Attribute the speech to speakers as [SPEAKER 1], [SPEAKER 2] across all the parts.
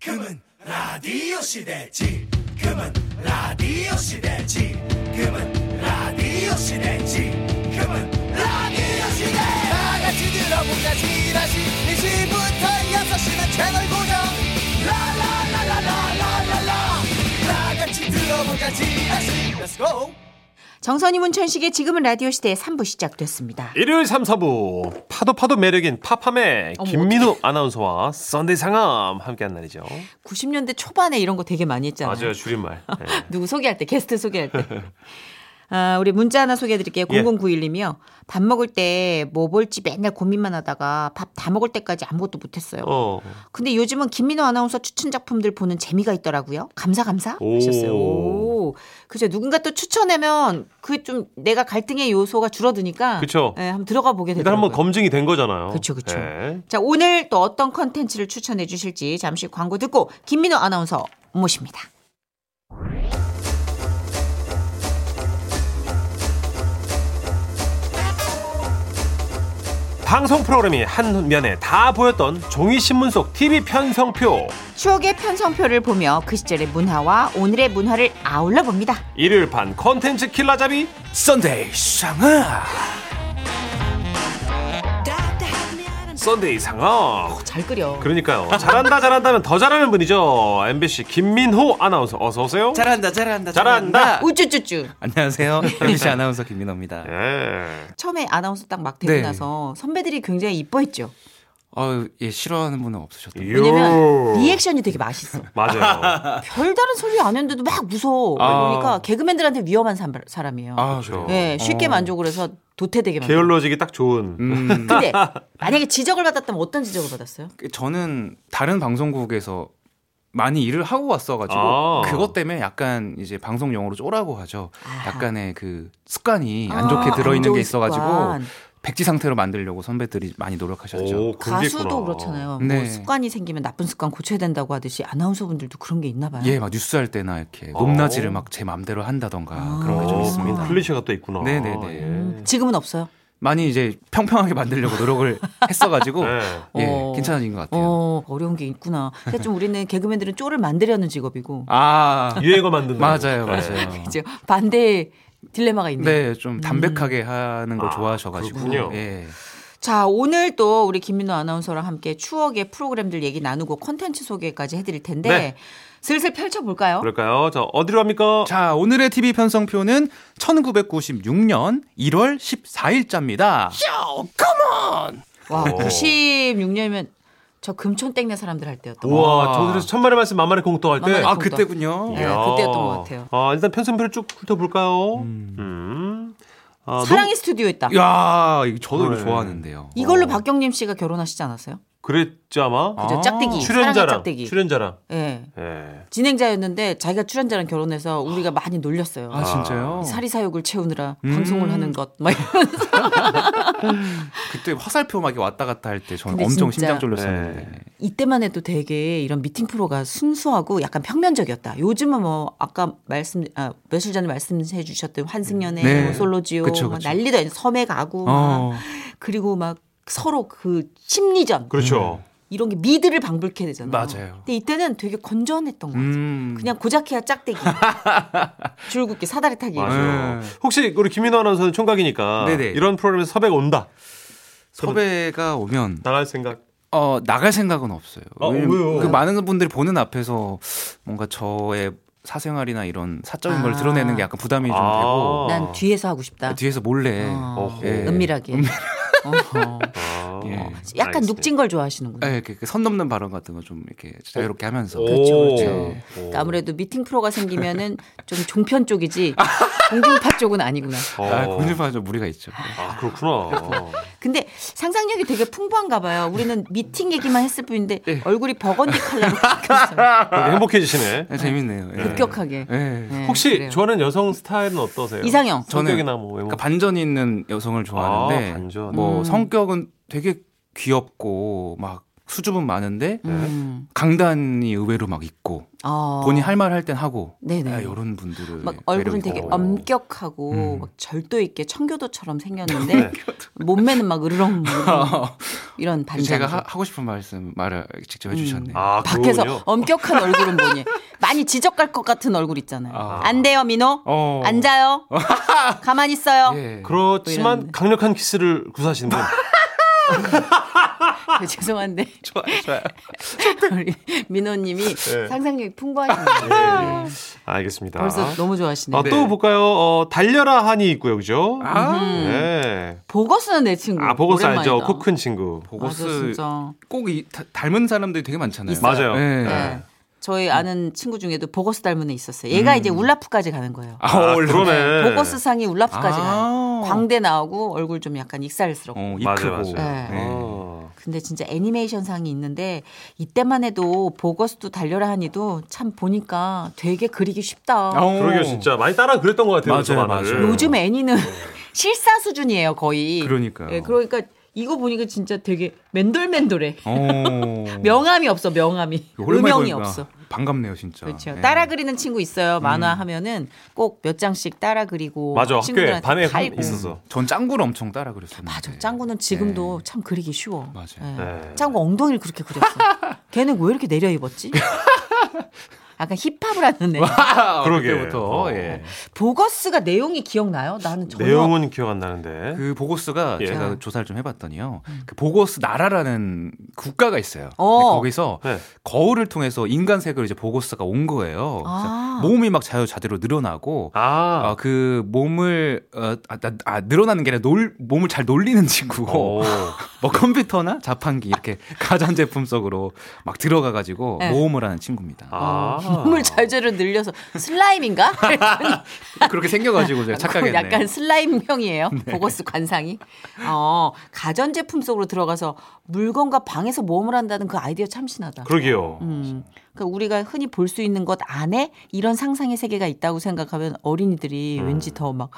[SPEAKER 1] 지금은 라디오 시대 지금은 라디오 시대 지금은 라디오 시대 지금은 라디오 시대 다 같이 들어보자 지라시 1시부터 6시는 채널 고정 라라라라라라라라 다 같이 들어보자 지라시 Let's go
[SPEAKER 2] 정선이 문천식의 지금은 라디오 시대의 3부 시작됐습니다.
[SPEAKER 3] 일요일 3, 4부 파도 파도 매력인 파팜의
[SPEAKER 2] 어머,
[SPEAKER 3] 김민우 아나운서와 썬데이 상암 함께한 날이죠.
[SPEAKER 2] 네. 90년대 초반에 이런 거 되게 많이 했잖아요.
[SPEAKER 3] 맞아요 줄임말. 네.
[SPEAKER 2] 누구 소개할 때 게스트 소개할 때. 아, 우리 문자 하나 소개해 드릴게요.
[SPEAKER 3] 예.
[SPEAKER 2] 0091님이요. 밥 먹을 때 뭐 볼지 맨날 고민만 하다가 밥 다 먹을 때까지 아무것도 못 했어요.
[SPEAKER 3] 어.
[SPEAKER 2] 근데 요즘은 김민호 아나운서 추천 작품들 보는 재미가 있더라고요. 감사 감사
[SPEAKER 3] 오.
[SPEAKER 2] 하셨어요. 오. 그죠. 누군가 또 추천하면 그 좀 내가 갈등의 요소가 줄어드니까
[SPEAKER 3] 그쵸.
[SPEAKER 2] 예, 한번 들어가 보게
[SPEAKER 3] 일단 한번
[SPEAKER 2] 되더라고요.
[SPEAKER 3] 검증이 된 거잖아요.
[SPEAKER 2] 그쵸, 그쵸.
[SPEAKER 3] 네.
[SPEAKER 2] 자, 오늘 또 어떤 컨텐츠를 추천해 주실지 잠시 광고 듣고 김민호 아나운서 모십니다.
[SPEAKER 3] 방송 프로그램이 한 면에 다 보였던 종이 신문 속 TV 편성표.
[SPEAKER 2] 추억의 편성표를 보며 그 시절의 문화와 오늘의 문화를 아울러 봅니다.
[SPEAKER 3] 일요일 판 컨텐츠 킬라잡이
[SPEAKER 1] 썬데이 상하
[SPEAKER 3] 썬데이 상암.
[SPEAKER 2] 잘 끓여.
[SPEAKER 3] 그러니까요. 잘한다 잘한다면 더 잘하는 분이죠. MBC 김민호 아나운서 어서 오세요.
[SPEAKER 4] 잘한다 잘한다
[SPEAKER 3] 잘한다.
[SPEAKER 2] 우쭈쭈쭈.
[SPEAKER 4] 안녕하세요 MBC 아나운서 김민호입니다
[SPEAKER 3] 예.
[SPEAKER 2] 처음에 아나운서 딱 막 되고
[SPEAKER 4] 네.
[SPEAKER 2] 나서 선배들이 굉장히 이뻐했죠.
[SPEAKER 4] 어예 싫어하는 분은 없으셨던 요
[SPEAKER 2] 왜냐면
[SPEAKER 3] 요.
[SPEAKER 2] 리액션이 되게 맛있어.
[SPEAKER 3] 맞아요.
[SPEAKER 2] 별다른 소리 안 했는데도 막 무서워.
[SPEAKER 4] 아.
[SPEAKER 2] 그러니까 개그맨들한테 위험한 삼바- 사람이에요.
[SPEAKER 4] 아 그래요
[SPEAKER 2] 네, 쉽게
[SPEAKER 4] 어.
[SPEAKER 2] 만족을 해서 도태되게 만들
[SPEAKER 3] 게을러지기 딱 좋은.
[SPEAKER 4] 음,
[SPEAKER 2] 근데 만약에 지적을 받았다면 어떤 지적을 받았어요?
[SPEAKER 4] 그 저는 다른 방송국에서 많이 일을 하고 왔어가지고
[SPEAKER 3] 아.
[SPEAKER 4] 그것 때문에 약간 이제 방송 용어로 쪼라고 하죠
[SPEAKER 2] 아.
[SPEAKER 4] 약간의 그 습관이
[SPEAKER 2] 아,
[SPEAKER 4] 안 좋게
[SPEAKER 2] 안
[SPEAKER 4] 들어있는
[SPEAKER 2] 좋은
[SPEAKER 4] 게 있어가지고
[SPEAKER 2] 습관.
[SPEAKER 4] 백지 상태로 만들려고 선배들이 많이 노력하셨죠
[SPEAKER 3] 오, 그런 게
[SPEAKER 2] 그렇죠. 가수도
[SPEAKER 3] 있구나.
[SPEAKER 2] 그렇잖아요. 뭐
[SPEAKER 4] 네.
[SPEAKER 2] 습관이 생기면 나쁜 습관 고쳐야 된다고 하듯이 아나운서분들도 그런 게 있나 봐요.
[SPEAKER 4] 예 막 뉴스 할 때나 이렇게
[SPEAKER 3] 어.
[SPEAKER 4] 높낮이를 막 제 맘대로 한다던가 그런 게
[SPEAKER 2] 어,
[SPEAKER 4] 좀
[SPEAKER 3] 그런
[SPEAKER 4] 있습니다
[SPEAKER 3] 클리셰가 또 있구나. 예.
[SPEAKER 4] 네네네.
[SPEAKER 2] 음, 지금은 없어요.
[SPEAKER 4] 많이 이제 평평하게 만들려고 노력을 했어가지고
[SPEAKER 3] 네.
[SPEAKER 4] 예
[SPEAKER 2] 어.
[SPEAKER 4] 괜찮아진 것 같아요
[SPEAKER 2] 어, 어려운 게 있구나. 그러니까 좀 우리는 개그맨들은 쪼를 만들려는 직업이고.
[SPEAKER 4] 아
[SPEAKER 3] 유행어 만드는.
[SPEAKER 4] 맞아요,
[SPEAKER 3] 거. 네.
[SPEAKER 4] 맞아요.
[SPEAKER 2] 그죠? 반대의 딜레마가 있네요.
[SPEAKER 4] 네, 좀 담백하게 하는 걸
[SPEAKER 3] 아,
[SPEAKER 4] 좋아하셔가지고.
[SPEAKER 3] 그렇군요.
[SPEAKER 4] 예.
[SPEAKER 2] 자, 오늘 또 우리 김민호 아나운서랑 함께 추억의 프로그램들 얘기 나누고 컨텐츠 소개까지 해드릴 텐데
[SPEAKER 3] 네. 그렇죠.
[SPEAKER 2] 슬슬 펼쳐볼까요?
[SPEAKER 3] 그럴까요? 자, 어디로 갑니까?
[SPEAKER 4] 자, 오늘의 TV 편성표는 1996년 1월 14일자입니다.
[SPEAKER 2] 와,
[SPEAKER 3] 오.
[SPEAKER 2] 96년이면 저 금촌땡네 사람들 할 때였던 거.
[SPEAKER 3] 우와, 저 그래서 천만의 말씀 만만의 공터 할 때.
[SPEAKER 2] 만만의
[SPEAKER 4] 아,
[SPEAKER 2] 그렇구나.
[SPEAKER 4] 그때군요.
[SPEAKER 2] 네,
[SPEAKER 3] 이야.
[SPEAKER 2] 그때였던 것 같아요.
[SPEAKER 3] 아, 일단 편성표를 쭉 훑어볼까요? 음. 아,
[SPEAKER 2] 사랑의 스튜디오 했다.
[SPEAKER 4] 야, 이거 저도 이거
[SPEAKER 3] 네.
[SPEAKER 4] 좋아하는데요.
[SPEAKER 2] 이걸로 박경림 씨가 결혼하시지 않았어요?
[SPEAKER 3] 너무 그랬지 아마?
[SPEAKER 4] 아,
[SPEAKER 2] 그죠? 짝대기. 사랑의
[SPEAKER 3] 출연자랑.
[SPEAKER 2] 짝대기.
[SPEAKER 3] 출연자랑.
[SPEAKER 2] 예.
[SPEAKER 3] 예.
[SPEAKER 2] 진행자였는데 자기가 출연자랑 결혼해서 우리가 많이 놀렸어요.
[SPEAKER 4] 아, 진짜요?
[SPEAKER 2] 사리사욕을 채우느라
[SPEAKER 4] 음.
[SPEAKER 2] 방송을 하는 것. 막 이런.
[SPEAKER 4] 그때 화살표 막 왔다 갔다 할 때 저는
[SPEAKER 2] 근데
[SPEAKER 4] 엄청
[SPEAKER 2] 진짜-
[SPEAKER 4] 심장 졸렸었는데.
[SPEAKER 2] 이때만 해도 되게 이런 미팅 프로가 순수하고 약간 평면적이었다. 요즘은 뭐 아까 말씀 아, 며칠 전에 말씀해 주셨던 환승연애,
[SPEAKER 4] 네.
[SPEAKER 2] 뭐 솔로지오,
[SPEAKER 4] 그쵸,
[SPEAKER 2] 막
[SPEAKER 4] 그쵸.
[SPEAKER 2] 난리도 아니 섬에 가고
[SPEAKER 4] 어.
[SPEAKER 2] 막 그리고 막 서로 그 심리전
[SPEAKER 4] 음.
[SPEAKER 3] 그렇죠.
[SPEAKER 2] 이런 게 미드를 방불케 되잖아요.
[SPEAKER 4] 맞아요.
[SPEAKER 2] 근데 이때는 되게 건전했던 것 같아요.
[SPEAKER 4] 음.
[SPEAKER 2] 그냥 고작해야 짝대기, 줄곧기 사다리 타기.
[SPEAKER 3] 맞아요.
[SPEAKER 4] 네.
[SPEAKER 3] 혹시 우리 김민호 아나운서는 총각이니까
[SPEAKER 4] 네네.
[SPEAKER 3] 이런 프로그램에서 섭외가 온다.
[SPEAKER 4] 섭외가 오면
[SPEAKER 3] 나갈 생각.
[SPEAKER 4] 어, 나갈 생각은 없어요.
[SPEAKER 3] 아,
[SPEAKER 4] 왜냐면
[SPEAKER 3] 왜요?
[SPEAKER 4] 그 많은 분들이 보는 앞에서 뭔가 저의 사생활이나 이런 사적인 걸
[SPEAKER 2] 아.
[SPEAKER 4] 드러내는 게 약간 부담이 좀
[SPEAKER 3] 아.
[SPEAKER 4] 되고
[SPEAKER 2] 난 뒤에서 하고 싶다.
[SPEAKER 4] 뒤에서 몰래
[SPEAKER 2] 어,
[SPEAKER 4] 예.
[SPEAKER 2] 은밀하게. 어허.
[SPEAKER 3] 아,
[SPEAKER 4] 예.
[SPEAKER 2] 약간
[SPEAKER 3] 알겠습니다.
[SPEAKER 2] 눅진 걸 좋아하시는군요.
[SPEAKER 4] 예, 이렇게 선 넘는 발언 같은 거 좀 이렇게 자유롭게 하면서
[SPEAKER 3] 어. 오.
[SPEAKER 2] 그렇죠,
[SPEAKER 3] 오.
[SPEAKER 2] 그러니까 아무래도 미팅 프로가 생기면은 좀 종편 쪽이지 공중파 쪽은 아니구나.
[SPEAKER 4] 아,
[SPEAKER 3] 어.
[SPEAKER 4] 공중파가 좀 무리가 있죠.
[SPEAKER 3] 아, 그렇구나.
[SPEAKER 2] 근데 상상력이 되게 풍부한가 봐요. 우리는 미팅 얘기만 했을 뿐인데 얼굴이 버건디 컬러로 바뀌었어요.
[SPEAKER 3] 되게 행복해지시네.
[SPEAKER 4] 예, 재밌네요. 예.
[SPEAKER 2] 급격하게.
[SPEAKER 4] 예.
[SPEAKER 2] 네,
[SPEAKER 3] 혹시
[SPEAKER 2] 그래요.
[SPEAKER 3] 좋아하는 여성 스타일은 어떠세요?
[SPEAKER 2] 이상형.
[SPEAKER 3] 성격이나 뭐 외모.
[SPEAKER 4] 그러니까 반전 있는 여성을 좋아하는데
[SPEAKER 3] 아, 반전.
[SPEAKER 4] 뭐
[SPEAKER 2] 음.
[SPEAKER 4] 성격은 되게 귀엽고 막 수줍은 많은데
[SPEAKER 2] 음.
[SPEAKER 4] 강단이 의외로 막 있고
[SPEAKER 2] 어.
[SPEAKER 4] 본인 할 말 할 땐 하고
[SPEAKER 2] 네네.
[SPEAKER 4] 이런 분들을
[SPEAKER 2] 막 얼굴은
[SPEAKER 4] 매력이
[SPEAKER 2] 되게
[SPEAKER 4] 있고.
[SPEAKER 2] 엄격하고
[SPEAKER 4] 음.
[SPEAKER 2] 막 절도 있게 청교도처럼 생겼는데 몸매는 막 으르렁 으르렁 이런 반전.
[SPEAKER 4] 제가 하, 고 싶은 말씀 말을
[SPEAKER 2] 음.
[SPEAKER 4] 직접 해주셨네요.
[SPEAKER 3] 아,
[SPEAKER 2] 밖에서 어,
[SPEAKER 3] 그거군요.
[SPEAKER 2] 엄격한 얼굴은 뭐니? 많이 지적할 것 같은 얼굴 있잖아요.
[SPEAKER 4] 아.
[SPEAKER 2] 안 돼요, 민호.
[SPEAKER 4] 어.
[SPEAKER 2] 앉아요. 가만히 있어요.
[SPEAKER 3] 아,
[SPEAKER 2] 뭐
[SPEAKER 4] 예.
[SPEAKER 2] 이런-
[SPEAKER 3] 그렇지만 강력한 키스를 구사하시는 분.
[SPEAKER 2] 네, 죄송한데
[SPEAKER 4] 좋아요, 좋아요.
[SPEAKER 2] 우리 민호님이
[SPEAKER 3] 네.
[SPEAKER 2] 상상력이 풍부하시네요.
[SPEAKER 3] 알겠습니다.
[SPEAKER 2] 벌써 너무 좋아하시네요.
[SPEAKER 3] 아, 또 볼까요? 어, 달려라 하니 있고요, 그죠?
[SPEAKER 4] 아,
[SPEAKER 3] 네.
[SPEAKER 2] 보거스는 내 친구.
[SPEAKER 3] 아, 보고
[SPEAKER 2] 음, 오랜만이다.
[SPEAKER 3] 살죠. 코 큰 친구.
[SPEAKER 2] 맞아,
[SPEAKER 4] 보고스
[SPEAKER 2] 진짜.
[SPEAKER 4] 꼭 이, 다- 닮은 사람들이 되게 많잖아요.
[SPEAKER 2] 있어요.
[SPEAKER 3] 맞아요.
[SPEAKER 4] 예.
[SPEAKER 2] 네. 저희 아는 친구 중에도 보거스 닮은 애 있었어요. 얘가 이제 울라프까지 가는 거예요.
[SPEAKER 4] 아,
[SPEAKER 3] 아,
[SPEAKER 4] 원래.
[SPEAKER 3] 그러네.
[SPEAKER 2] 보거스 상이 울라프까지 가요.
[SPEAKER 4] 아.
[SPEAKER 2] 광대 나오고 얼굴 좀 약간 익살스럽고.
[SPEAKER 4] 어, 이
[SPEAKER 3] 맞아요,
[SPEAKER 4] 크고.
[SPEAKER 3] 맞아요.
[SPEAKER 2] 네.
[SPEAKER 4] 어.
[SPEAKER 3] 어.
[SPEAKER 2] 근데 진짜 애니메이션 상이 있는데 이때만 해도 보거스도 달려라 하니도 참 보니까 되게 그리기 쉽다.
[SPEAKER 4] 어.
[SPEAKER 3] 그러게요, 진짜. 많이 따라 그랬던 것 같아요. 저
[SPEAKER 4] 맞아요,
[SPEAKER 3] 만화를.
[SPEAKER 4] 맞아요.
[SPEAKER 2] 요즘 애니는 실사 수준이에요 거의.
[SPEAKER 4] 그러니까요.
[SPEAKER 2] 예, 그러니까 이거 보니까 진짜 되게 맨돌맨돌해.
[SPEAKER 4] 어.
[SPEAKER 2] 명암이 없어 명암이.
[SPEAKER 4] 오랜만에
[SPEAKER 2] 음영이
[SPEAKER 4] 보니까
[SPEAKER 2] 없어.
[SPEAKER 4] 반갑네요, 진짜.
[SPEAKER 2] 그렇죠.
[SPEAKER 4] 예.
[SPEAKER 2] 따라 그리는 친구 있어요. 만화 하면은 꼭 몇 장씩 따라 그리고
[SPEAKER 3] 맞아, 학교에
[SPEAKER 2] 친구들한테
[SPEAKER 3] 반에
[SPEAKER 2] 팔고.
[SPEAKER 3] 한- 있었어.
[SPEAKER 4] 전 짱구를 엄청 따라 그렸었는데.
[SPEAKER 2] 맞아. 네. 짱구는 지금도 참 그리기 쉬워.
[SPEAKER 4] 네. 맞아요.
[SPEAKER 2] 예.
[SPEAKER 3] 네.
[SPEAKER 2] 짱구 엉덩이를 그렇게 그렸어. 걔는 왜 이렇게 내려 입었지? 약간 힙합을 하는 애.
[SPEAKER 4] 아,
[SPEAKER 3] 그러게.
[SPEAKER 4] 그때부터
[SPEAKER 3] 어.
[SPEAKER 4] 예.
[SPEAKER 2] 보거스가 내용이 기억나요? 나는 전혀.
[SPEAKER 3] 내용은 기억 안 나는데.
[SPEAKER 4] 그 보고스가
[SPEAKER 3] 예.
[SPEAKER 4] 제가
[SPEAKER 2] 네.
[SPEAKER 4] 조사를 좀 해봤더니요. 그 보고스 나라라는 국가가 있어요.
[SPEAKER 2] 음. 어.
[SPEAKER 4] 근데 거기서
[SPEAKER 3] 네.
[SPEAKER 4] 거울을 통해서 인간색으로 이제 보고스가 온 거예요.
[SPEAKER 2] 아.
[SPEAKER 4] 그래서 몸이 막 자유자재로 늘어나고
[SPEAKER 3] 아.
[SPEAKER 4] 어, 그 몸을 어, 아, 나- 아, 늘어나는 게 아니라 놀, 몸을 잘 놀리는 친구고
[SPEAKER 3] 오.
[SPEAKER 4] 뭐 컴퓨터나 자판기 이렇게 가전제품 속으로 막 들어가가지고
[SPEAKER 2] 네.
[SPEAKER 4] 모험을 하는 친구입니다.
[SPEAKER 3] 아.
[SPEAKER 2] 몸을 잘제로 늘려서 슬라임인가?
[SPEAKER 4] 아, 그렇게 생겨가지고 제가 네, 착각했네.
[SPEAKER 2] 어,
[SPEAKER 4] 네.
[SPEAKER 2] 약간 슬라임형이에요. 보거스 관상이. 어, 가전제품 속으로 들어가서 물건과 방에서 모험을 한다는 그 아이디어 참신하다.
[SPEAKER 3] 그러게요.
[SPEAKER 2] 음, 그러니까 우리가 흔히 볼 수 있는 것 안에 이런 상상의 세계가 있다고 생각하면 어린이들이 왠지 더 막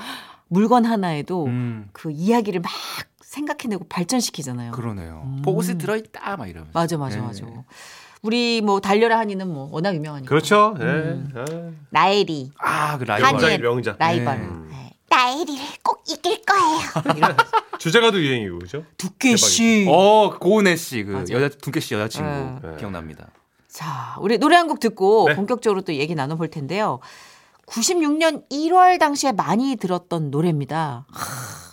[SPEAKER 2] 물건 하나에도
[SPEAKER 4] 음,
[SPEAKER 2] 그 이야기를 막 생각해내고 발전시키잖아요.
[SPEAKER 4] 그러네요. 보고스 들어있다 막 이러면서.
[SPEAKER 2] 음. 맞아, 맞아,
[SPEAKER 4] 그렇죠. 네.
[SPEAKER 2] 맞아. 우리 뭐 달려라 한이는 뭐 워낙 유명하니까.
[SPEAKER 3] 그렇죠. 예.
[SPEAKER 4] 음.
[SPEAKER 2] 나엘이
[SPEAKER 4] 아, 그
[SPEAKER 3] 아, 명작이
[SPEAKER 2] 한이의
[SPEAKER 4] 라이벌.
[SPEAKER 3] 명작.
[SPEAKER 2] 라이벌.
[SPEAKER 4] 음.
[SPEAKER 2] 네.
[SPEAKER 5] 나혜리를 꼭 이길 거예요.
[SPEAKER 3] 주제가도 유행이고, 그죠?
[SPEAKER 2] 두께 씨.
[SPEAKER 4] 어, 고은혜 씨, 그
[SPEAKER 2] 맞아.
[SPEAKER 4] 여자 둔케 씨 여자친구
[SPEAKER 3] 네.
[SPEAKER 4] 기억납니다.
[SPEAKER 2] 자, 우리 노래 한 곡 듣고
[SPEAKER 3] 네.
[SPEAKER 2] 본격적으로 또 얘기 나눠볼 텐데요. 96년 1월 당시에 많이 들었던 노래입니다. 하,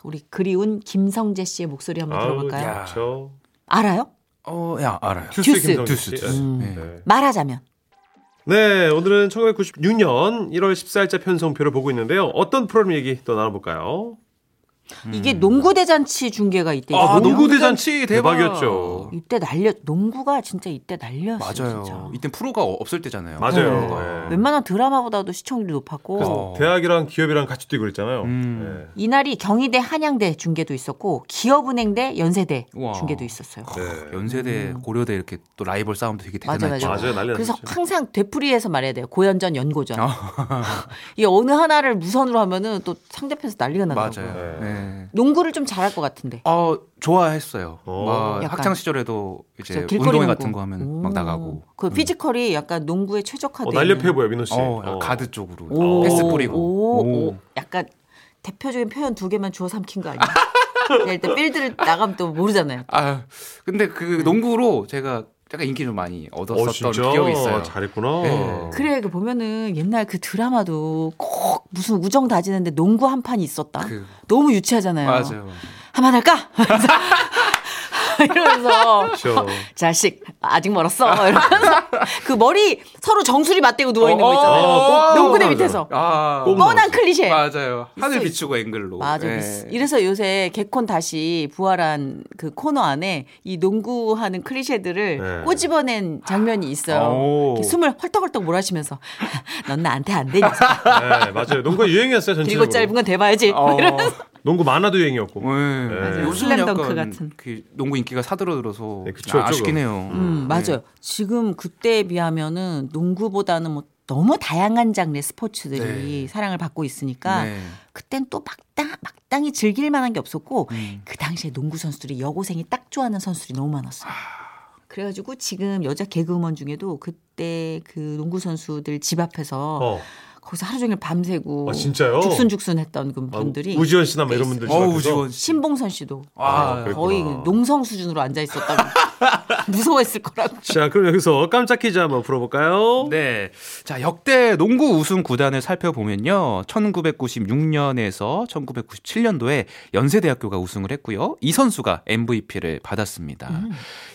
[SPEAKER 2] 우리 그리운 김성재 씨의 목소리 한번 들어볼까요?
[SPEAKER 4] 야.
[SPEAKER 3] 그렇죠.
[SPEAKER 2] 알아요?
[SPEAKER 4] 어, 야 알아요.
[SPEAKER 2] 듀스.
[SPEAKER 4] 듀스, 듀스. 네.
[SPEAKER 3] 네.
[SPEAKER 2] 말하자면
[SPEAKER 3] 네, 오늘은 1996년 1월 14일자 편성표를 보고 있는데요. 어떤 프로그램 얘기 또 나눠볼까요?
[SPEAKER 2] 이게
[SPEAKER 4] 음.
[SPEAKER 2] 농구 대잔치 중계가 이때
[SPEAKER 3] 아,
[SPEAKER 2] 있거든요.
[SPEAKER 3] 농구 대잔치
[SPEAKER 4] 대잔치 대박.
[SPEAKER 3] 대박이었죠.
[SPEAKER 2] 이때 날려 농구가 진짜 이때 날렸어요.
[SPEAKER 4] 맞아요.
[SPEAKER 2] 진짜.
[SPEAKER 4] 이땐 프로가 어- 없을 때잖아요.
[SPEAKER 3] 맞아요. 네.
[SPEAKER 2] 웬만한 드라마보다도 시청률이 높았고
[SPEAKER 4] 그래서-
[SPEAKER 3] 대학이랑 기업이랑 같이 뛰고 그랬잖아요. 예.
[SPEAKER 4] 음.
[SPEAKER 2] 이날이 경희대 한양대 중계도 있었고 기업은행대 연세대
[SPEAKER 4] 우와.
[SPEAKER 2] 중계도 있었어요.
[SPEAKER 3] 네. 네.
[SPEAKER 4] 연세대, 고려대 이렇게 또 라이벌 싸움도 되게
[SPEAKER 2] 음. 맞아,
[SPEAKER 4] 대단했죠.
[SPEAKER 2] 맞아.
[SPEAKER 3] 맞아요, 난리
[SPEAKER 2] 그래서
[SPEAKER 3] 났죠.
[SPEAKER 2] 항상 되풀이해서 말해야 돼요. 고연전, 연고전.
[SPEAKER 4] 어.
[SPEAKER 2] 이게 어느 하나를 무선으로 하면은 또 상대편에서 난리가 난다고.
[SPEAKER 4] 맞아요.
[SPEAKER 3] 네.
[SPEAKER 4] 네.
[SPEAKER 2] 농구를 좀 잘할 것 같은데.
[SPEAKER 4] 어 좋아했어요.
[SPEAKER 3] 어.
[SPEAKER 4] 막
[SPEAKER 2] 약간.
[SPEAKER 4] 학창 시절에도 이제
[SPEAKER 2] 그래서
[SPEAKER 4] 운동회
[SPEAKER 2] 농구.
[SPEAKER 4] 같은 거 하면
[SPEAKER 2] 오.
[SPEAKER 4] 막 나가고. 음.
[SPEAKER 2] 그 피지컬이 약간 농구에 최적화돼.
[SPEAKER 3] 어, 날렵해
[SPEAKER 2] 있는.
[SPEAKER 3] 보여, 민호 씨.
[SPEAKER 4] 어,
[SPEAKER 3] 어.
[SPEAKER 4] 가드 쪽으로
[SPEAKER 2] 오,
[SPEAKER 4] 패스 뿌리고.
[SPEAKER 2] 오, 오. 약간 대표적인 표현 두 개만 주워 삼킨 거 아니야? 근데 일단 필드를 나가면 또 모르잖아요.
[SPEAKER 4] 아 근데
[SPEAKER 2] 네.
[SPEAKER 4] 그 농구로 제가 약간 인기 좀 많이
[SPEAKER 3] 어,
[SPEAKER 4] 얻었었던
[SPEAKER 3] 진짜
[SPEAKER 4] 기억이 있어요.
[SPEAKER 3] 잘했구나.
[SPEAKER 4] 네.
[SPEAKER 2] 그래 그 보면은 옛날 그 드라마도 꼭 무슨 우정 다지는데 농구 한 판이 있었다.
[SPEAKER 4] 그-
[SPEAKER 2] 너무 유치하잖아요.
[SPEAKER 4] 맞아요.
[SPEAKER 2] 한판 할까? 이러면서
[SPEAKER 3] 그렇죠.
[SPEAKER 2] 자식 아직 멀었어. 이러면서 그 머리 서로 정수리 맞대고 누워 있는 거
[SPEAKER 4] 어,
[SPEAKER 2] 있잖아요.
[SPEAKER 4] 어,
[SPEAKER 2] 농구대
[SPEAKER 4] 맞아.
[SPEAKER 2] 밑에서
[SPEAKER 4] 아,
[SPEAKER 3] 꼭
[SPEAKER 2] 뻔한 클리셰.
[SPEAKER 4] 맞아요. 하늘
[SPEAKER 2] 있어요.
[SPEAKER 4] 비추고 앵글로.
[SPEAKER 2] 맞아.
[SPEAKER 4] 예.
[SPEAKER 2] 미스. 이래서 요새 개콘 다시 부활한 그 코너 안에 이 농구하는 클리셰들을
[SPEAKER 3] 네.
[SPEAKER 2] 꼬집어낸 장면이 있어요.
[SPEAKER 4] 예. 아, 오.
[SPEAKER 2] 이렇게 숨을 헐떡헐떡 몰아쉬면서 넌 나한테 안 되니?
[SPEAKER 3] 네, 맞아요. 농구가 유행이었어요, 전체적으로.
[SPEAKER 2] 길고 짧은 건 대봐야지. 뭐
[SPEAKER 4] 어. 예.
[SPEAKER 3] 농구 만화도 유행이었고.
[SPEAKER 4] 음.
[SPEAKER 3] 맞아요.
[SPEAKER 4] 요즘 약간
[SPEAKER 2] 슬램덩크 같은.
[SPEAKER 4] 그 농구 인기가 사들어들어서
[SPEAKER 3] 네, 그쵸,
[SPEAKER 4] 아쉽긴
[SPEAKER 3] 조금.
[SPEAKER 4] 해요.
[SPEAKER 3] 네.
[SPEAKER 4] 예.
[SPEAKER 2] 음, 맞아요. 지금 그때에 비하면은 농구보다는 뭐 너무 다양한 장르의
[SPEAKER 3] 네.
[SPEAKER 2] 스포츠들이 사랑을 받고 있으니까
[SPEAKER 4] 네.
[SPEAKER 2] 그땐 또 막당 막당히 즐길 만한 게 없었고
[SPEAKER 4] 음.
[SPEAKER 2] 그 당시에 농구 선수들이 여고생이 딱 좋아하는 선수들이 너무 많았어요. 그래가지고 지금 여자 개그우먼 중에도 그때 그 농구 선수들 집 앞에서
[SPEAKER 3] 어.
[SPEAKER 2] 거기서 하루 종일 밤새고
[SPEAKER 3] 아, 진짜요?
[SPEAKER 2] 죽순죽순했던 그
[SPEAKER 3] 아,
[SPEAKER 2] 분들이
[SPEAKER 3] 우지원 씨나 뭐
[SPEAKER 2] 꽤
[SPEAKER 3] 이런
[SPEAKER 2] 있어요.
[SPEAKER 3] 분들
[SPEAKER 4] 어
[SPEAKER 3] 중에서.
[SPEAKER 4] 우지원 씨.
[SPEAKER 2] 신봉선 씨도
[SPEAKER 3] 아,
[SPEAKER 4] 아,
[SPEAKER 3] 그래.
[SPEAKER 2] 거의
[SPEAKER 3] 그랬구나.
[SPEAKER 2] 농성 수준으로 앉아 있었다고 무서워했을 거라고.
[SPEAKER 3] 자, 그럼 여기서 깜짝 퀴즈 한번 풀어볼까요?
[SPEAKER 4] 네. 자, 역대 농구 우승 구단을 살펴보면요. 1996년에서 1997년도에 연세대학교가 우승을 했고요. 이 선수가 MVP를 받았습니다.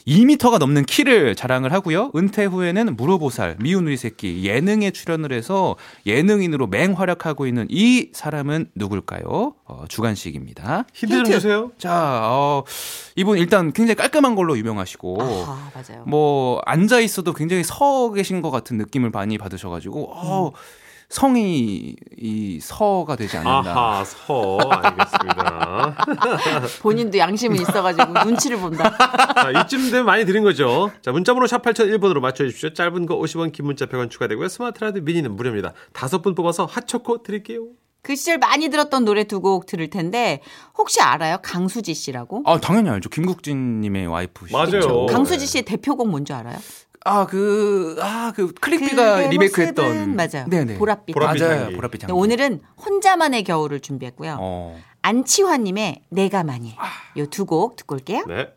[SPEAKER 4] 2m가 넘는 키를 자랑을 하고요. 은퇴 후에는 물어보살, 미운 우리 새끼, 예능에 출연을 해서 예능인으로 맹활약하고 있는 이 사람은 누굴까요? 어, 주간식입니다.
[SPEAKER 3] 힌트 좀
[SPEAKER 2] 힌트.
[SPEAKER 3] 주세요.
[SPEAKER 4] 자, 어, 이분 일단 굉장히 깔끔한 걸로 유명하시고
[SPEAKER 3] 어.
[SPEAKER 2] 아 맞아요.
[SPEAKER 4] 뭐 앉아 있어도 굉장히 서 계신 것 같은 느낌을 많이 받으셔가지고
[SPEAKER 2] 음.
[SPEAKER 4] 어, 성이 이 서가 되지 네, 않았나.
[SPEAKER 3] 아하, 서. 알겠습니다.
[SPEAKER 2] 본인도 양심은 있어가지고 눈치를 본다.
[SPEAKER 3] 자, 이쯤 되면 많이 드린 거죠. 자, 문자번호 샵 8001번으로 맞춰주십시오. 짧은 거 50원, 긴 문자 100원 추가되고요. 스마트 라디오 미니는 무료입니다. 다섯 분 뽑아서 핫초코 드릴게요.
[SPEAKER 2] 그 시절 많이 들었던 노래 두 곡 들을 텐데 혹시 알아요? 강수지 씨라고?
[SPEAKER 4] 아 당연히 알죠. 김국진님의 와이프시죠.
[SPEAKER 3] 맞아요. 그쵸.
[SPEAKER 4] 네.
[SPEAKER 2] 강수지 씨의 대표곡 뭔지 알아요?
[SPEAKER 4] 아그 아 그 클릭비가
[SPEAKER 2] 그대 모습은
[SPEAKER 4] 리메이크했던
[SPEAKER 2] 뭐 맞아요.
[SPEAKER 4] 네네.
[SPEAKER 2] 보랏빛.
[SPEAKER 3] 보랏빛
[SPEAKER 4] 맞아요.
[SPEAKER 3] 향기.
[SPEAKER 4] 보랏빛
[SPEAKER 2] 네,
[SPEAKER 4] 향기.
[SPEAKER 2] 오늘은 혼자만의 겨울을 준비했고요.
[SPEAKER 4] 어. 아.
[SPEAKER 2] 안치환님의 내가 많이 요 두 곡 듣고 올게요.
[SPEAKER 3] 네.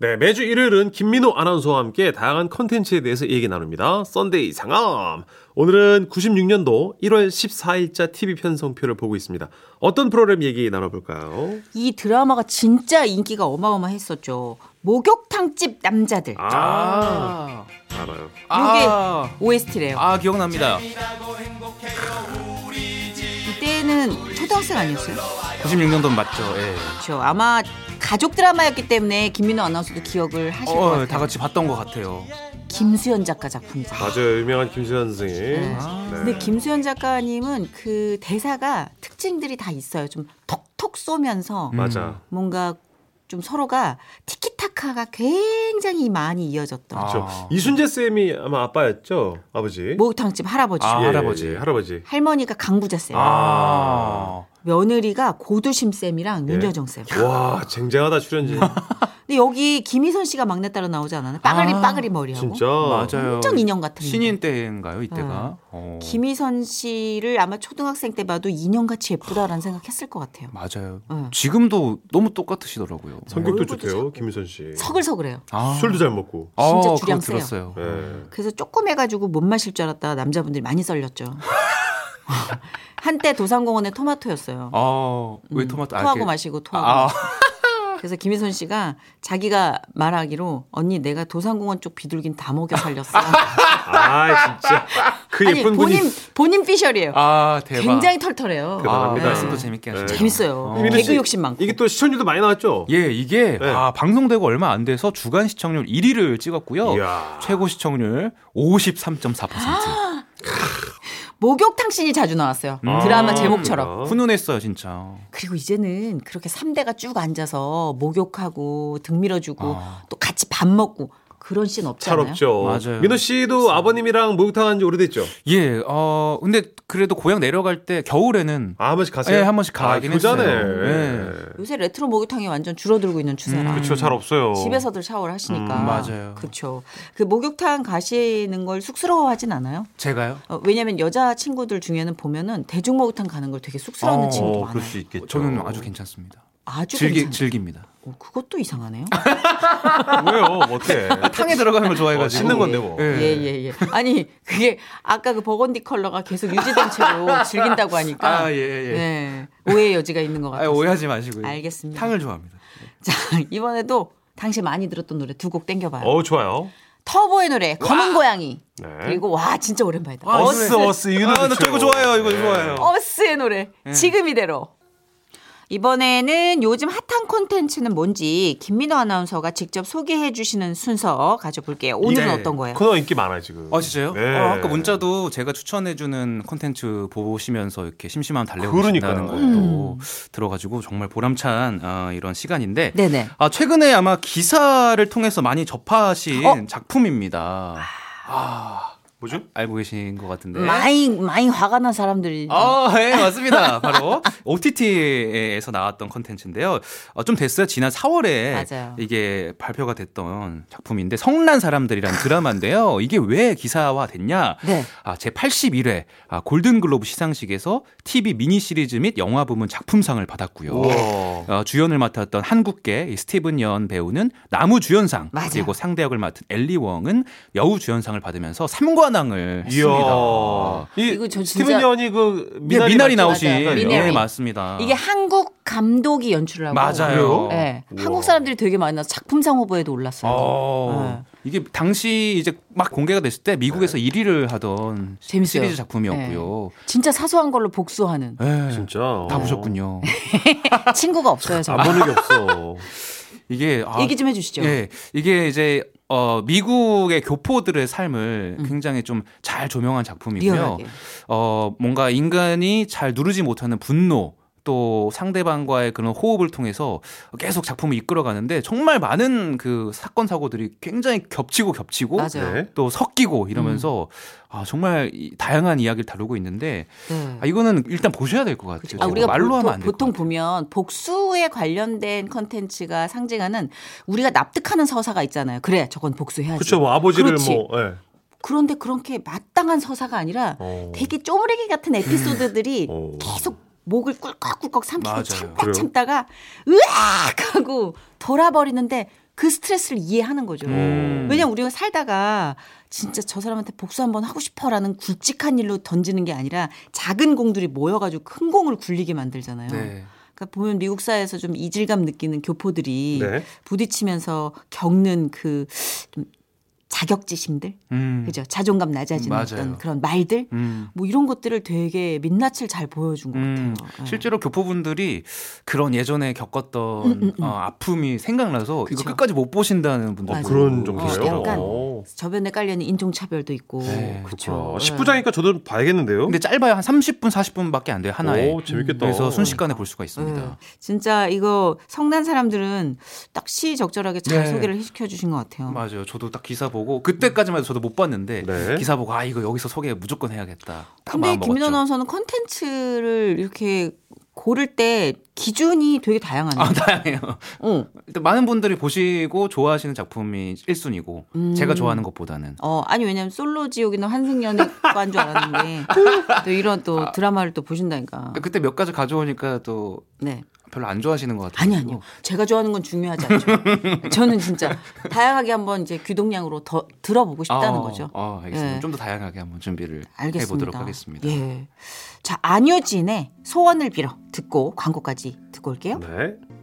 [SPEAKER 3] 네, 매주 일요일은 김민호 아나운서와 함께 다양한 컨텐츠에 대해서 얘기 나눕니다. 썬데이 상암. 오늘은 96년도 1월 14일자 TV 편성표를 보고 있습니다. 어떤 프로그램 얘기 나눠볼까요?
[SPEAKER 2] 이 드라마가 진짜 인기가 어마어마했었죠. 목욕탕집 남자들
[SPEAKER 3] 아,
[SPEAKER 4] 아.
[SPEAKER 3] 알아요.
[SPEAKER 4] 아.
[SPEAKER 2] OST래요.
[SPEAKER 4] 아 기억납니다.
[SPEAKER 2] 이때는 초등학생 아니었어요?
[SPEAKER 4] 96년도 맞죠. 예.
[SPEAKER 2] 그렇죠. 아마 가족 드라마였기 때문에 김민호 아나운서도 기억을 하실 것
[SPEAKER 4] 어,
[SPEAKER 2] 같아요.
[SPEAKER 4] 다 같이 봤던 것 같아요.
[SPEAKER 2] 김수현 작가 작품이죠.
[SPEAKER 3] 맞아요. 유명한 김수현 선생님.
[SPEAKER 2] 네. 근데 김수현 작가님은 그 대사가 특징들이 다 있어요. 좀 톡톡 쏘면서
[SPEAKER 4] 음.
[SPEAKER 3] 맞아.
[SPEAKER 2] 뭔가 좀 서로가 티키타카가 굉장히 많이 이어졌던
[SPEAKER 4] 아.
[SPEAKER 3] 그렇죠. 이순재 쌤이 아마 아빠였죠? 아버지.
[SPEAKER 2] 목욕탕집 할아버지.
[SPEAKER 4] 아.
[SPEAKER 3] 예,
[SPEAKER 4] 할아버지.
[SPEAKER 3] 예, 할아버지.
[SPEAKER 2] 할머니가 강부자 쌤,
[SPEAKER 4] 아.
[SPEAKER 2] 며느리가 고두심 쌤이랑 윤여정 쌤.
[SPEAKER 3] 와, 쟁쟁하다 출연진.
[SPEAKER 2] 근데 여기 김희선 씨가 막내딸로 나오지 않았나? 빠글리
[SPEAKER 4] 아,
[SPEAKER 2] 빠글이 머리하고.
[SPEAKER 3] 진짜.
[SPEAKER 4] 맞아요.
[SPEAKER 2] 엄청 인형 아. 같은.
[SPEAKER 4] 신인 때인가요 이때가? 어.
[SPEAKER 2] 김희선 씨를 아마 초등학생 때 봐도 인형같이 예쁘다라는 생각했을 것 같아요.
[SPEAKER 4] 맞아요.
[SPEAKER 2] 응.
[SPEAKER 4] 지금도 너무 똑같으시더라고요.
[SPEAKER 3] 성격도
[SPEAKER 2] 얼굴도
[SPEAKER 3] 좋대요, 김수현 씨.
[SPEAKER 2] 서글서글해요.
[SPEAKER 4] 아.
[SPEAKER 3] 술도 잘 먹고.
[SPEAKER 4] 아,
[SPEAKER 2] 진짜
[SPEAKER 4] 그거
[SPEAKER 2] 주량 세요.
[SPEAKER 4] 들었어요.
[SPEAKER 3] 예.
[SPEAKER 2] 그래서 조금 해가지고 못 마실 줄 알았다 남자분들이 많이 썰렸죠. 한때 도산공원의 토마토였어요.
[SPEAKER 4] 아, 왜 토마토? 아,
[SPEAKER 2] 음. 토하고
[SPEAKER 4] 이렇게-
[SPEAKER 2] 마시고 토하고.
[SPEAKER 4] 아,
[SPEAKER 2] 그래서 김희선 씨가 자기가 말하기로 언니 내가 도산공원 쪽 비둘기는 다 먹여 살렸어.
[SPEAKER 3] 아, 진짜. 그
[SPEAKER 2] 아니
[SPEAKER 3] 예쁜 분이.
[SPEAKER 2] 본인 본인 피셜이에요.
[SPEAKER 4] 아, 대박.
[SPEAKER 2] 굉장히 털털해요.
[SPEAKER 4] 아,
[SPEAKER 3] 대단합니다.
[SPEAKER 4] 말씀도 재밌게 하시죠.
[SPEAKER 3] 네.
[SPEAKER 2] 재밌어요.
[SPEAKER 4] 어.
[SPEAKER 3] 이민우
[SPEAKER 2] 개그
[SPEAKER 3] 씨,
[SPEAKER 2] 욕심 많고.
[SPEAKER 3] 이게 또 시청률도 많이 나왔죠?
[SPEAKER 4] 예, 이게
[SPEAKER 3] 네.
[SPEAKER 4] 아, 방송되고 얼마 안 돼서 주간 시청률 1위를 찍었고요.
[SPEAKER 3] 이야.
[SPEAKER 4] 최고 시청률
[SPEAKER 2] 아,
[SPEAKER 4] 53.4%.
[SPEAKER 2] 목욕탕 씬이 자주 나왔어요.
[SPEAKER 4] 음.
[SPEAKER 2] 드라마 제목처럼.
[SPEAKER 3] 아,
[SPEAKER 4] 훈훈했어요, 진짜.
[SPEAKER 2] 그리고 이제는 그렇게 3대가 쭉 앉아서 목욕하고 등 밀어주고
[SPEAKER 4] 아.
[SPEAKER 2] 또 같이 밥 먹고 그런 씬
[SPEAKER 3] 잘
[SPEAKER 2] 없잖아요.
[SPEAKER 3] 없죠.
[SPEAKER 4] 네. 맞아요.
[SPEAKER 3] 민호 씨도 아버님이랑 목욕탕 한지 오래됐죠?
[SPEAKER 4] 예, 어, 근데 그래도 고향 내려갈 때 겨울에는
[SPEAKER 3] 아, 한 번씩 가세요?
[SPEAKER 4] 예, 한 번씩
[SPEAKER 3] 아,
[SPEAKER 4] 가긴
[SPEAKER 3] 그러잖아요.
[SPEAKER 4] 했어요. 네.
[SPEAKER 3] 예.
[SPEAKER 2] 요새 레트로 목욕탕이 완전 줄어들고 있는 추세라.
[SPEAKER 3] 그렇죠. 잘 없어요.
[SPEAKER 2] 집에서들 샤워를 하시니까.
[SPEAKER 4] 음, 맞아요.
[SPEAKER 2] 그렇죠. 그 목욕탕 가시는 걸 쑥스러워하진 않아요.
[SPEAKER 4] 제가요?
[SPEAKER 2] 어, 왜냐면 여자 친구들 중에는 보면은 대중 목욕탕 가는 걸 되게 쑥스러워하는
[SPEAKER 4] 어,
[SPEAKER 2] 친구도 많아요.
[SPEAKER 3] 그럴 수 있겠죠.
[SPEAKER 4] 저는 아주 괜찮습니다.
[SPEAKER 2] 아주
[SPEAKER 4] 즐기,
[SPEAKER 2] 괜찮아요.
[SPEAKER 4] 즐깁니다.
[SPEAKER 2] 어, 그것도 이상하네요.
[SPEAKER 3] 아, 왜요? 뭐 어때?
[SPEAKER 4] 탕에 들어가는
[SPEAKER 3] 어,
[SPEAKER 4] 걸 좋아해가지고.
[SPEAKER 3] 씻는 건데 뭐.
[SPEAKER 4] 예.
[SPEAKER 2] 예예예. 아니 그게 아까 그 버건디 컬러가 계속 유지된 채로 즐긴다고 하니까
[SPEAKER 4] 아, 예, 예.
[SPEAKER 2] 네, 오해의 여지가 있는 것
[SPEAKER 4] 아,
[SPEAKER 2] 같아요.
[SPEAKER 4] 오해하지 마시고요.
[SPEAKER 2] 알겠습니다.
[SPEAKER 4] 탕을 좋아합니다.
[SPEAKER 2] 자 이번에도 당시 많이 들었던 노래 두 곡 땡겨봐요.
[SPEAKER 3] 어우, 좋아요.
[SPEAKER 2] 터보의 노래 검은 고양이
[SPEAKER 3] 네.
[SPEAKER 2] 그리고 와 진짜 오랜만이다.
[SPEAKER 3] 아,
[SPEAKER 2] 어스
[SPEAKER 3] 어스, 네. 어스. 이거
[SPEAKER 4] 아, 나 저거 좋아요. 이거 좋아요.
[SPEAKER 2] 어스의 노래 지금 이대로. 이번에는 요즘 핫한 콘텐츠는 뭔지 김민호 아나운서가 직접 소개해 주시는 순서 가져볼게요. 오늘은
[SPEAKER 4] 네.
[SPEAKER 2] 어떤 거예요?
[SPEAKER 3] 코너 인기 많아요, 지금.
[SPEAKER 4] 아 진짜요?
[SPEAKER 3] 네.
[SPEAKER 4] 아, 아까 문자도 제가 추천해주는 콘텐츠 보시면서 이렇게 심심함 달래고
[SPEAKER 3] 그러니까요.
[SPEAKER 4] 계신다는
[SPEAKER 2] 음.
[SPEAKER 4] 것도 들어가지고 정말 보람찬 아, 이런 시간인데
[SPEAKER 2] 네네.
[SPEAKER 4] 아, 최근에
[SPEAKER 2] 어? 아.
[SPEAKER 4] 아마 기사를 통해서 많이 접하신 작품입니다.
[SPEAKER 3] 뭐죠?
[SPEAKER 4] 알고 계신 것 같은데.
[SPEAKER 2] 많이 많이 화가 난 사람들이
[SPEAKER 4] 네. 아, 예, 맞습니다. 바로 OTT에서 나왔던 컨텐츠인데요. 어, 좀 됐어요. 지난 4월에
[SPEAKER 2] 맞아요.
[SPEAKER 4] 이게 발표가 됐던 작품인데 성난 사람들이라는 드라마인데요. 이게 왜 기사화 됐냐?
[SPEAKER 2] 네.
[SPEAKER 4] 아, 제 81회 아, 골든글로브 시상식에서 TV 미니 시리즈 및 영화 부문 작품상을 받았고요. 어, 주연을 맡았던 한국계 이 스티븐 연 배우는 나무 주연상
[SPEAKER 2] 맞아요.
[SPEAKER 4] 그리고 상대역을 맡은 엘리 웡은 여우 주연상을 받으면서 3관왕을
[SPEAKER 3] 이야.
[SPEAKER 4] 했습니다.
[SPEAKER 2] 아. 이거 저
[SPEAKER 3] 스티븐
[SPEAKER 2] 진짜-
[SPEAKER 3] 연이 그
[SPEAKER 4] 예, 미나리,
[SPEAKER 3] 미나리,
[SPEAKER 4] 나오신
[SPEAKER 2] 맞아요.
[SPEAKER 4] 예,
[SPEAKER 2] 미나리.
[SPEAKER 4] 맞습니다.
[SPEAKER 2] 이게 한국 감독이 연출을 하고 예.
[SPEAKER 4] 맞아요.
[SPEAKER 3] 우와. 아.
[SPEAKER 2] 한국 사람들이 되게 많이 나서 작품상 후보에도 올랐어요.
[SPEAKER 4] 어, 이게 당시 이제 막 공개가 됐을 때 미국에서 1위를 하던
[SPEAKER 2] 네. 재밌어요. 네.
[SPEAKER 4] 시리즈 작품이었고요.
[SPEAKER 2] 진짜 사소한 걸로 복수하는
[SPEAKER 4] 예,
[SPEAKER 3] 어, 진짜
[SPEAKER 4] 다 보셨군요.
[SPEAKER 2] 친구가 없어요.
[SPEAKER 3] 안
[SPEAKER 2] 정말.
[SPEAKER 3] 보는 게 없어.
[SPEAKER 4] 이게 아,
[SPEAKER 2] 얘기 좀 해주시죠.
[SPEAKER 4] 예, 이게 이제 어, 미국의 교포들의 삶을 굉장히 좀 잘 조명한 작품이고요.
[SPEAKER 2] 음. 리얼하게.
[SPEAKER 4] 어, 뭔가 인간이 잘 누르지 못하는 분노 또 상대방과의 그런 호흡을 통해서 계속 작품을 이끌어가는데 정말 많은 그 사건 사고들이 굉장히 겹치고 겹치고
[SPEAKER 2] 맞아요. 음.
[SPEAKER 3] 네.
[SPEAKER 4] 또 섞이고 이러면서 아, 정말 이- 다양한 이야기를 다루고 있는데
[SPEAKER 2] 네.
[SPEAKER 4] 아, 이거는 일단 보셔야 될 것 같아요.
[SPEAKER 2] 아,
[SPEAKER 4] 제가
[SPEAKER 2] 우리가
[SPEAKER 4] 말로
[SPEAKER 2] 보통,
[SPEAKER 4] 하면 안될
[SPEAKER 2] 보통
[SPEAKER 4] 것 같아요.
[SPEAKER 2] 보면 복수에 관련된 컨텐츠가 상징하는 우리가 납득하는 서사가 있잖아요. 그래, 저건 복수해야지.
[SPEAKER 3] 그렇죠. 뭐 아버지를
[SPEAKER 2] 그렇지.
[SPEAKER 3] 뭐 예.
[SPEAKER 2] 그런데 그렇게 마땅한 서사가 아니라
[SPEAKER 3] 어.
[SPEAKER 2] 되게 쪼무레기 같은 에피소드들이
[SPEAKER 3] 어.
[SPEAKER 2] 계속 목을 꿀꺽꿀꺽 삼키고
[SPEAKER 4] 음. 맞아요.
[SPEAKER 2] 참다
[SPEAKER 3] 그래요?
[SPEAKER 2] 참다가 으악 하고 돌아버리는데 그 스트레스를 이해하는 거죠.
[SPEAKER 3] 어.
[SPEAKER 4] 음.
[SPEAKER 2] 왜냐면 우리가 살다가 진짜 저 사람한테 복수 한번 하고 싶어라는 굵직한 일로 던지는 게 아니라 작은 공들이 모여가지고 큰 공을 굴리게 만들잖아요.
[SPEAKER 4] 네.
[SPEAKER 2] 그러니까 보면 미국 사회에서 좀 이질감 느끼는 교포들이
[SPEAKER 3] 네.
[SPEAKER 2] 부딪히면서 겪는 그좀 자격지심들,
[SPEAKER 4] 음.
[SPEAKER 2] 그죠? 자존감 낮아지는
[SPEAKER 4] 맞아요.
[SPEAKER 2] 어떤 그런 말들,
[SPEAKER 4] 음.
[SPEAKER 2] 뭐 이런 것들을 되게 민낯을 잘 보여준 것
[SPEAKER 4] 음,
[SPEAKER 2] 같아요. 예.
[SPEAKER 4] 실제로 교포분들이 그런 예전에 겪었던 어, 아픔이 생각나서 이거
[SPEAKER 2] 음, 그쵸.
[SPEAKER 4] 끝까지 못 보신다는 분들
[SPEAKER 2] 맞아요.
[SPEAKER 3] 그런
[SPEAKER 2] 어,
[SPEAKER 3] 정도예요.
[SPEAKER 2] 약간
[SPEAKER 3] 오.
[SPEAKER 2] 저변에 깔려있는 인종차별도 있고,
[SPEAKER 4] 네,
[SPEAKER 2] 그렇죠.
[SPEAKER 3] 그렇구나. 10부장이니까 저도 봐야겠는데요.
[SPEAKER 4] 근데 짧아요 한 30분 40분밖에 안 돼요 네, 하나에
[SPEAKER 3] 오, 재밌겠다.
[SPEAKER 4] 그래서 순식간에 볼
[SPEAKER 2] 음,
[SPEAKER 4] 수가 있습니다.
[SPEAKER 2] 예. 진짜 이거 성난 사람들은 딱 시적절하게 잘
[SPEAKER 4] 네.
[SPEAKER 2] 소개를 시켜주신 것 같아요.
[SPEAKER 4] 맞아요. 저도 딱 기사 보고 그때까지만 해도 저도 못 봤는데
[SPEAKER 3] 네.
[SPEAKER 4] 기사 보고 아 이거 여기서 소개 무조건 해야겠다. 딱
[SPEAKER 2] 근데
[SPEAKER 4] 마음
[SPEAKER 2] 김민호
[SPEAKER 4] 먹었죠.
[SPEAKER 2] 아나운서는 컨텐츠를 이렇게 고를 때 기준이 되게 다양하네요.
[SPEAKER 4] 아, 다양해요.
[SPEAKER 2] 어.
[SPEAKER 4] 일단 많은 분들이 보시고 좋아하시는 작품이 1순위고
[SPEAKER 2] 음.
[SPEAKER 4] 제가 좋아하는 것보다는
[SPEAKER 2] 어, 아니 왜냐면 솔로 지옥이나 환승연애 과인 줄 알았는데 또 이런 또 드라마를 또 보신다니까.
[SPEAKER 4] 그러니까 그때 몇 가지 가져오니까 또
[SPEAKER 2] 네.
[SPEAKER 4] 별로 안 좋아하시는 것 같아요.
[SPEAKER 2] 아니 아니요. 제가 좋아하는 건 중요하지 않죠. 저는 진짜 다양하게 한번 이제 귀동량으로 더 들어보고 싶다는 거죠.
[SPEAKER 4] 아, 알겠습니다.
[SPEAKER 2] 예.
[SPEAKER 4] 좀 더 다양하게 한번 준비를
[SPEAKER 2] 알겠습니다.
[SPEAKER 4] 해보도록 하겠습니다.
[SPEAKER 2] 예. 자, 안효진의 소원을 빌어 듣고 광고까지 듣고 올게요.
[SPEAKER 3] 네.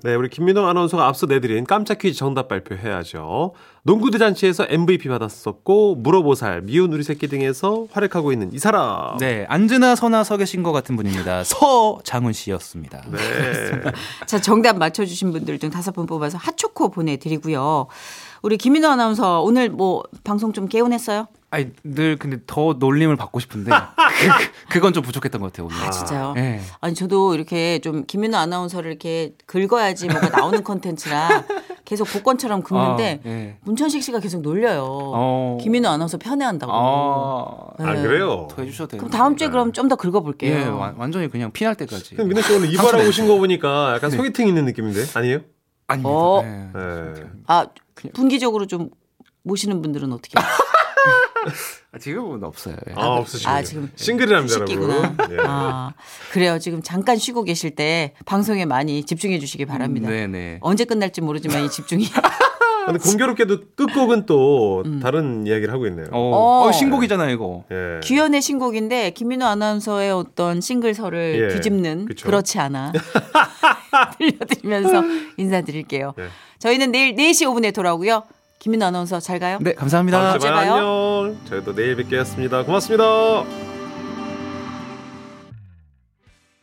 [SPEAKER 3] 네, 우리 김민호 아나운서가 앞서 내드린 깜짝 퀴즈 정답 발표해야죠. 농구 대잔치에서 MVP 받았었고 물어보살 미운 우리 새끼 등에서 활약하고 있는 이 사람.
[SPEAKER 4] 네, 앉으나 서나 서 계신 것 같은 분입니다. 서장훈 씨였습니다.
[SPEAKER 3] 네.
[SPEAKER 2] 자, 정답 맞춰주신 분들 중 다섯 분 뽑아서 핫초코 보내드리고요. 우리 김민호 아나운서 오늘 뭐 방송 좀 개운했어요?
[SPEAKER 4] 아니 늘 근데 더 놀림을 받고 싶은데 그- 그건 좀 부족했던 것 같아요 오늘.
[SPEAKER 2] 아, 진짜요?
[SPEAKER 4] 예.
[SPEAKER 2] 아니, 저도 이렇게 좀 김민호 아나운서를 이렇게 긁어야지 뭐가 나오는 컨텐츠라 계속 복권처럼 긁는데
[SPEAKER 4] 아, 예.
[SPEAKER 2] 문천식 씨가 계속 놀려요.
[SPEAKER 4] 어.
[SPEAKER 2] 김민호 아나운서 편애한다고.
[SPEAKER 4] 아,
[SPEAKER 3] 아 그래요.
[SPEAKER 4] 어, 더 해주셔도 돼요.
[SPEAKER 2] 그럼 다음 주에 그럼 좀 더 긁어볼게요.
[SPEAKER 4] 예, 완- 완전히 그냥 피날 때까지.
[SPEAKER 3] 근데 민호 씨 오늘 이발하고 오신 거 보니까
[SPEAKER 4] 네.
[SPEAKER 3] 약간 소개팅 있는 느낌인데 아니에요?
[SPEAKER 4] 아니,
[SPEAKER 2] 어.
[SPEAKER 4] 예.
[SPEAKER 3] 네.
[SPEAKER 2] 아, 분기적으로 좀 모시는 분들은 어떻게?
[SPEAKER 4] 아, 지금은 없어요. 예.
[SPEAKER 3] 아, 없으시군요.
[SPEAKER 2] 아, 지금
[SPEAKER 3] 싱글이랍니다,
[SPEAKER 2] 휴식기구나.
[SPEAKER 3] 여러분. 예.
[SPEAKER 2] 아, 그래요. 지금 잠깐 쉬고 계실 때 방송에 많이 집중해 주시기 바랍니다.
[SPEAKER 4] 음, 네네.
[SPEAKER 2] 언제 끝날지 모르지만 이 집중이.
[SPEAKER 3] 근데 공교롭게도 끝곡은 또 다른 이야기를 하고 있네요.
[SPEAKER 4] 음. 어,
[SPEAKER 2] 어.
[SPEAKER 4] 어, 신곡이잖아 이거.
[SPEAKER 3] 예.
[SPEAKER 2] 규현의 신곡인데 김민호 아나운서의 어떤 싱글서를
[SPEAKER 3] 예,
[SPEAKER 2] 뒤집는
[SPEAKER 3] 그쵸.
[SPEAKER 2] 그렇지 않아 들려드리면서 인사드릴게요.
[SPEAKER 3] 예.
[SPEAKER 2] 저희는 내일 4시 5분에 돌아오고요. 김민호 어. 아나운서 잘 가요.
[SPEAKER 4] 네, 감사합니다.
[SPEAKER 3] 다음
[SPEAKER 2] 언제
[SPEAKER 3] 주에 봐요.
[SPEAKER 2] 봐요?
[SPEAKER 3] 안녕. 저희도 내일 뵙겠습니다. 고맙습니다.